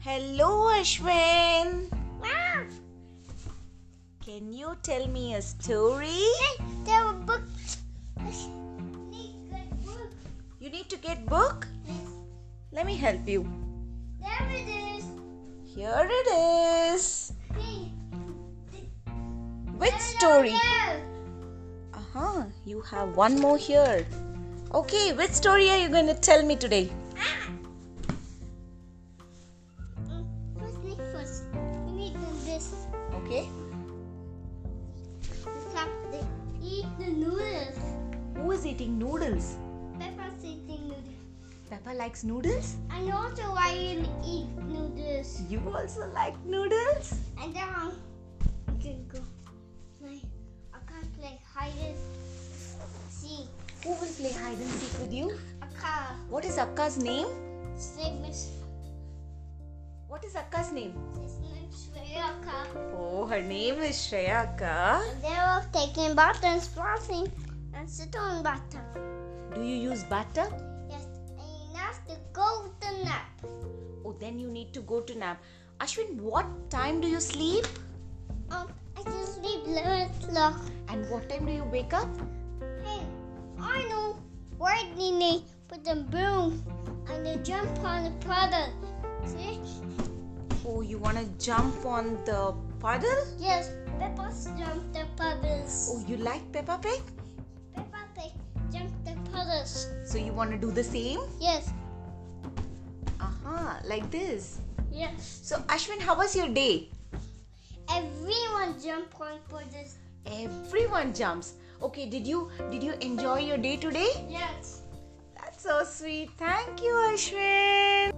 Hello, Ashwin. Can you tell me a story? There were books. Need good books. You need to get book? Let me help you. There it is. Here it is. Hey, Which hello story? there. Uh-huh. You have one more here. Okay, which story are you going to tell me today? Ah. Mm, Let's sneak first. We need to this. Okay. Something. Eat the noodles. Who is eating noodles? Peppa's eating noodles. Peppa likes noodles? And also I will eat noodles. You also like noodles? And then I can go. My, I can't play hide and seek. Who will play hide and seek with you? I can't. What is Akka's name? Same as What is Akka's name? his name Shreya Ka. Oh, her name is Shreya Akka. They were taking bath and splashing and sit on bathtub. Do you use bathtub? Yes, enough to go to nap. Oh, then you need to go to nap. Ashwin, what time do you sleep? Um, I just sleep eleven o'clock. And what time do you wake up? Hey, I know where they need put the broom and the jump on the puddle. See? Oh, you want to jump on the puddle? Yes, Peppa's jump the puddles. Oh, you like Peppa Pig? Peppa Pig jump the puddles. So you want to do the same? Yes, Uh-huh, like this. yes. So Ashwin, how was your day? Everyone jump on puddles. Everyone jumps. Okay, did you did you enjoy your day today? Yes. That's so sweet. Thank you, Ashwin.